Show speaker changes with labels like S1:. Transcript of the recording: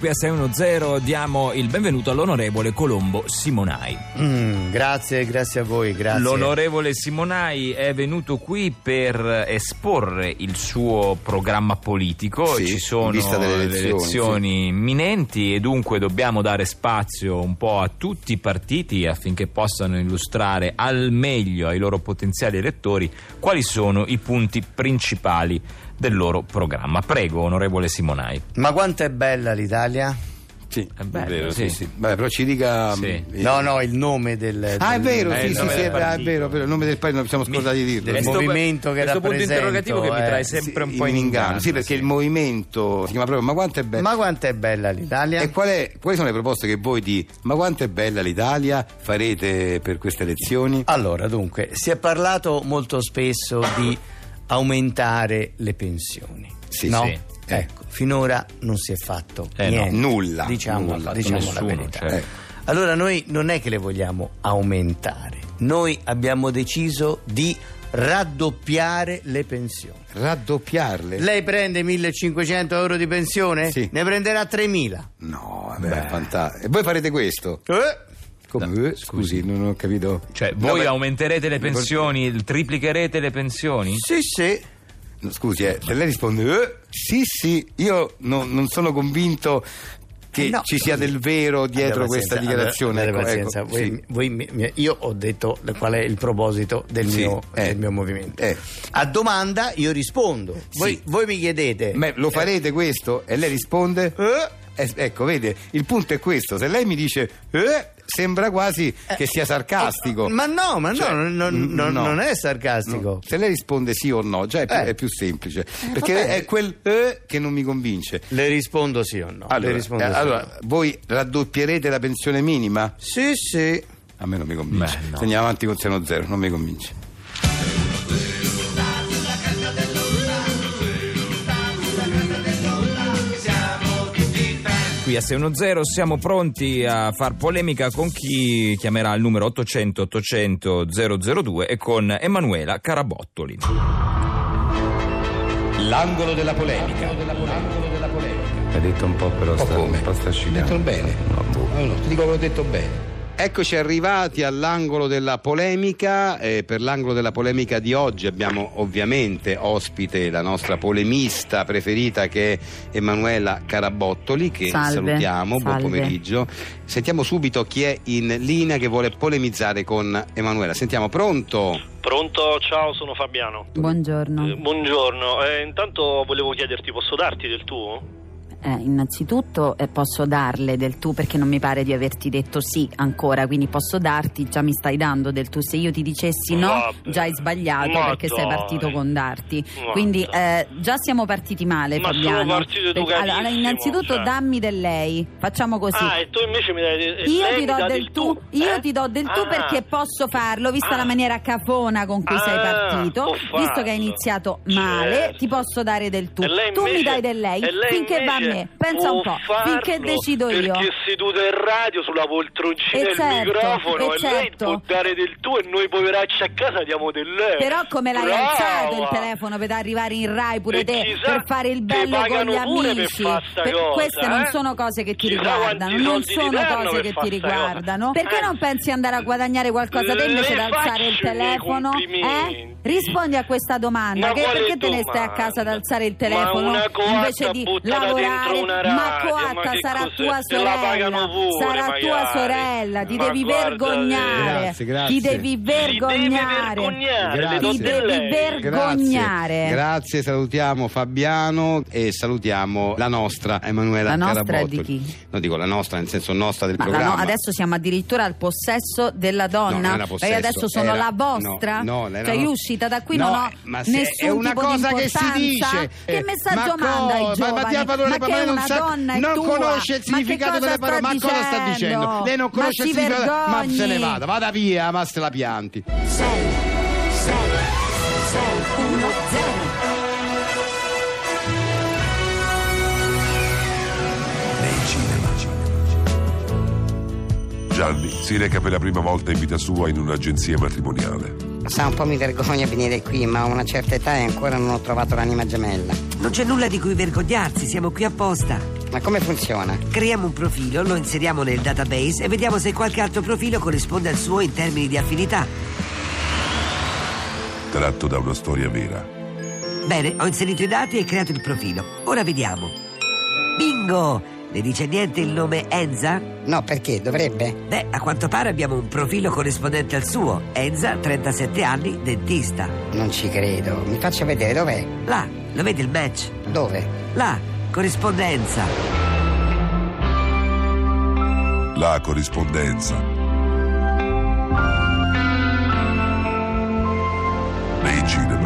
S1: Qui a 610 diamo il benvenuto all'onorevole Colombo Simonai.
S2: Mm, grazie, grazie a voi, grazie.
S1: L'onorevole Simonai è venuto qui per esporre il suo programma politico,
S2: Sì,
S1: ci sono
S2: in vista delle
S1: le
S2: elezioni,
S1: elezioni imminenti e dunque dobbiamo dare spazio un po' a tutti i partiti affinché possano illustrare al meglio ai loro potenziali elettori quali sono i punti principali del loro programma. Prego, onorevole Simonai.
S2: Ma quanto è bella l'Italia?
S3: Sì, è
S1: bello,
S3: vero,
S1: sì.
S3: sì, sì. Vabbè, però ci dica...
S1: Sì.
S3: eh,
S2: No, no, il nome del.
S3: Ah, è
S2: del-
S3: vero,
S1: Eh,
S3: sì,
S1: il
S3: sì,
S1: nome
S3: sì,
S1: del
S3: è vero, è
S1: partito.
S3: vero, il nome del partito, siamo scordati di dirlo.
S2: del
S3: Il
S1: Questo-
S2: movimento che
S1: questo punto
S2: rappresento,
S1: interrogativo che mi
S2: eh,
S1: trae
S3: mo-
S1: sempre un
S3: sì,
S1: po' in inganno
S3: Sì, perché il movimento si chiama proprio Ma quanto è bello.
S2: Ma quanto è bella l'Italia?
S3: E qual è- quali sono le proposte che voi di Ma quanto è bella l'Italia farete per queste elezioni?
S2: Allora, dunque, si è parlato molto spesso di aumentare le pensioni.
S3: Sì,
S2: no?
S1: sì.
S2: Ecco, finora non si è fatto
S1: Eh, no,
S2: niente.
S3: nulla,
S2: Diciamo,
S3: nulla, cioè.
S2: diciamo
S1: nessuno,
S2: la verità.
S1: certo.
S2: Allora, noi non è che le vogliamo aumentare, noi abbiamo deciso di raddoppiare le pensioni.
S3: Raddoppiarle?
S2: Lei prende 1500 euro di pensione?
S3: Eh. Sì.
S2: Ne prenderà 3000.
S3: No, vabbè, è fantastico. E voi farete questo?
S2: Eh?
S3: Come? Eh, scusi, non ho capito.
S1: Cioè,
S3: No,
S1: voi
S3: beh,
S1: aumenterete le pensioni, il- triplicherete le pensioni?
S2: Sì, sì.
S3: no, Scusi, eh, se lei risponde, eh, sì, sì, io no- non sono convinto che
S2: No.
S3: ci sia del vero dietro
S2: Abbiate
S3: questa
S2: pazienza,
S3: dichiarazione.
S2: abbiate
S3: ecco,
S2: pazienza.
S3: ecco,
S2: Voi-
S3: sì.
S2: voi mi- mi- io ho detto qual è il proposito del,
S3: Sì,
S2: mio,
S3: eh,
S2: del mio movimento.
S3: eh.
S2: A domanda io rispondo. Voi, voi mi chiedete.
S3: Ma lo farete questo? E lei risponde?
S2: Eh?
S3: Eh, ecco, vede, il punto è questo. Se lei mi dice eh, sembra quasi che sia sarcastico.
S2: Eh, ma no, ma no,
S3: Cioè,
S2: non, non-
S3: mm,
S2: non-
S3: no.
S2: non è sarcastico.
S3: No. Se lei risponde sì o no, già è più,
S2: Eh.
S3: è più semplice.
S2: va
S3: perché
S2: bene.
S3: è quel eh che non mi convince.
S2: Le rispondo sì o no? Le
S3: Allora,
S2: rispondo
S3: eh,
S2: sì o
S3: allora,
S2: no.
S3: voi raddoppierete la pensione minima?
S2: Sì, sì.
S3: A me non mi convince.
S1: Beh, no.
S3: Se andiamo avanti con seno zero, non mi convince.
S1: Qui a 610 siamo pronti a far polemica con chi chiamerà il numero 800 800 002 e con Emanuela Carabottoli.
S3: L'angolo della polemica.
S4: Hai detto un po' però sta,
S3: come?
S4: un po' sta
S3: Ho detto
S4: scivolando.
S3: bene. Ah,
S4: No, boh.
S3: No, no, ti dico che ho detto bene. Eccoci arrivati all'angolo della polemica. eh, per l'angolo della polemica di oggi abbiamo ovviamente ospite la nostra polemista preferita che è Emanuela Carabottoli, che
S5: Salve,
S3: salutiamo. Buon
S5: salve.
S3: pomeriggio. Sentiamo subito chi è in linea che vuole polemizzare con Emanuela. Sentiamo, pronto?
S6: Pronto, ciao, sono Fabiano. Eh,
S5: Buongiorno.
S6: buongiorno, Eh, intanto volevo chiederti, posso darti del tuo?
S5: Eh, innanzitutto eh, posso darle del tu perché non mi pare di averti detto sì ancora, quindi posso darti, già mi stai dando del tu. Se io ti dicessi no,
S6: Vabbè.
S5: già hai sbagliato
S6: Ma
S5: perché sei
S6: dai.
S5: partito con darti.
S6: Ma
S5: Quindi
S6: dai.
S5: eh, già siamo partiti male,
S6: Ma siamo
S5: Fabiano.
S6: partiti
S5: Perché-
S6: educatissimo,
S5: allora, innanzitutto
S6: cioè.
S5: dammi del lei. Facciamo così.
S6: Ah, e tu invece mi dai del eh? Ah.
S5: Io ti do eh, del tu, eh? Ah. io ti do del tu perché posso farlo, vista la maniera cafona con cui
S6: Ah,
S5: sei partito, visto che hai iniziato male,
S6: Certo.
S5: ti posso dare del tu. Tu mi dai del Certo. lei, finché va a me, pensa un po', finché decido io.
S6: Perché seduta in radio sulla poltroncina
S5: E
S6: del
S5: certo,
S6: microfono
S5: e
S6: e, lei
S5: certo.
S6: può dare del tu e noi poveracci a casa diamo del lei.
S5: Però come l'hai
S6: Brava.
S5: alzato il telefono per arrivare in Rai pure
S6: E
S5: te
S6: chissà,
S5: per fare il
S6: ti
S5: bello con
S6: pagano
S5: gli
S6: pure per
S5: amici.
S6: fa' sta
S5: Per-
S6: cosa,
S5: queste non
S6: eh?
S5: sono cose che ti
S6: Chissà
S5: riguardano,
S6: quanti
S5: non
S6: soldi ti
S5: sono cose
S6: danno per
S5: che
S6: fa'
S5: ti
S6: sta cosa.
S5: riguardano.
S6: Eh.
S5: Perché non pensi andare a guadagnare qualcosa te
S6: Le
S5: invece di alzare il
S6: faccio i miei
S5: telefono? Eh?
S6: complimenti.
S5: Rispondi a questa domanda.
S6: Ma
S5: che-
S6: quale
S5: perché te ne
S6: domanda?
S5: stai a casa ad alzare il
S6: Ma
S5: telefono
S6: una coatta
S5: invece di
S6: buttata
S5: lavorare?
S6: dentro una
S5: ma
S6: radio, ma
S5: coatta
S6: che
S5: sarà
S6: cos'è?
S5: tua
S6: Te la
S5: sorella,
S6: pagano pure,
S5: sarà tua
S6: magari.
S5: sorella, ti
S6: Ma
S5: devi
S6: guarda,
S5: vergognare.
S3: Grazie, grazie.
S5: Ti devi vergognare.
S6: Ti devi vergognare,
S3: Grazie.
S6: le do
S3: Ti
S6: del
S5: devi
S6: lei.
S5: vergognare. Vergognare.
S3: Grazie, grazie, salutiamo Fabiano e salutiamo la nostra Emanuela
S5: La nostra
S3: Carabottoli.
S5: di chi?
S3: No, dico la nostra, nel senso nostra del
S5: Ma la no-
S3: programma.
S5: adesso siamo addirittura al possesso della
S3: No, non
S5: donna.
S3: era
S5: e
S3: possesso,
S5: adesso sono
S3: era-
S5: la vostra?
S3: no, no, era-
S5: cioè,
S3: no.
S5: io uscita da qui
S3: No,
S5: non ho
S3: eh, ma se-
S5: nessun
S3: è una
S5: tipo
S3: cosa
S5: di
S3: che si
S5: importanza.
S3: dice,
S5: Che
S3: eh,
S5: messaggio
S3: ma
S5: manda ai
S3: co- ma- ma
S5: giovani?
S3: dia parole,
S5: che
S3: ma
S5: è
S3: non
S5: una
S3: sa-
S5: donna è
S3: non
S5: tua?
S3: conosce il significato
S5: ma che
S3: delle parole, ma cosa sta dicendo? Lei non conosce
S5: ma
S3: il
S5: si
S3: significato, ma se ne
S5: vergogni.
S3: vada, vada via, ma se la pianti.
S7: Gianni si reca per la prima volta in vita sua in un'agenzia matrimoniale.
S8: Sa, un po' mi vergogna venire qui, ma a una certa età e ancora non ho trovato l'anima gemella.
S9: Non c'è nulla di cui vergognarsi, siamo qui apposta.
S8: Ma come funziona?
S9: Creiamo un profilo, lo inseriamo nel database e vediamo se qualche altro profilo corrisponde al suo in termini di affinità.
S7: Tratto da una storia vera.
S9: Bene, ho inserito i dati e creato il profilo. Ora vediamo. Bingo! Le dice niente il nome Enza?
S8: No, perché dovrebbe?
S9: Beh, a quanto pare abbiamo un profilo corrispondente al suo. Enza, 37 anni, dentista.
S8: Non ci credo. Mi faccia vedere dov'è.
S9: Là, lo vedi il match?
S8: Dove?
S9: Là, corrispondenza.
S7: La corrispondenza. Nei cinema.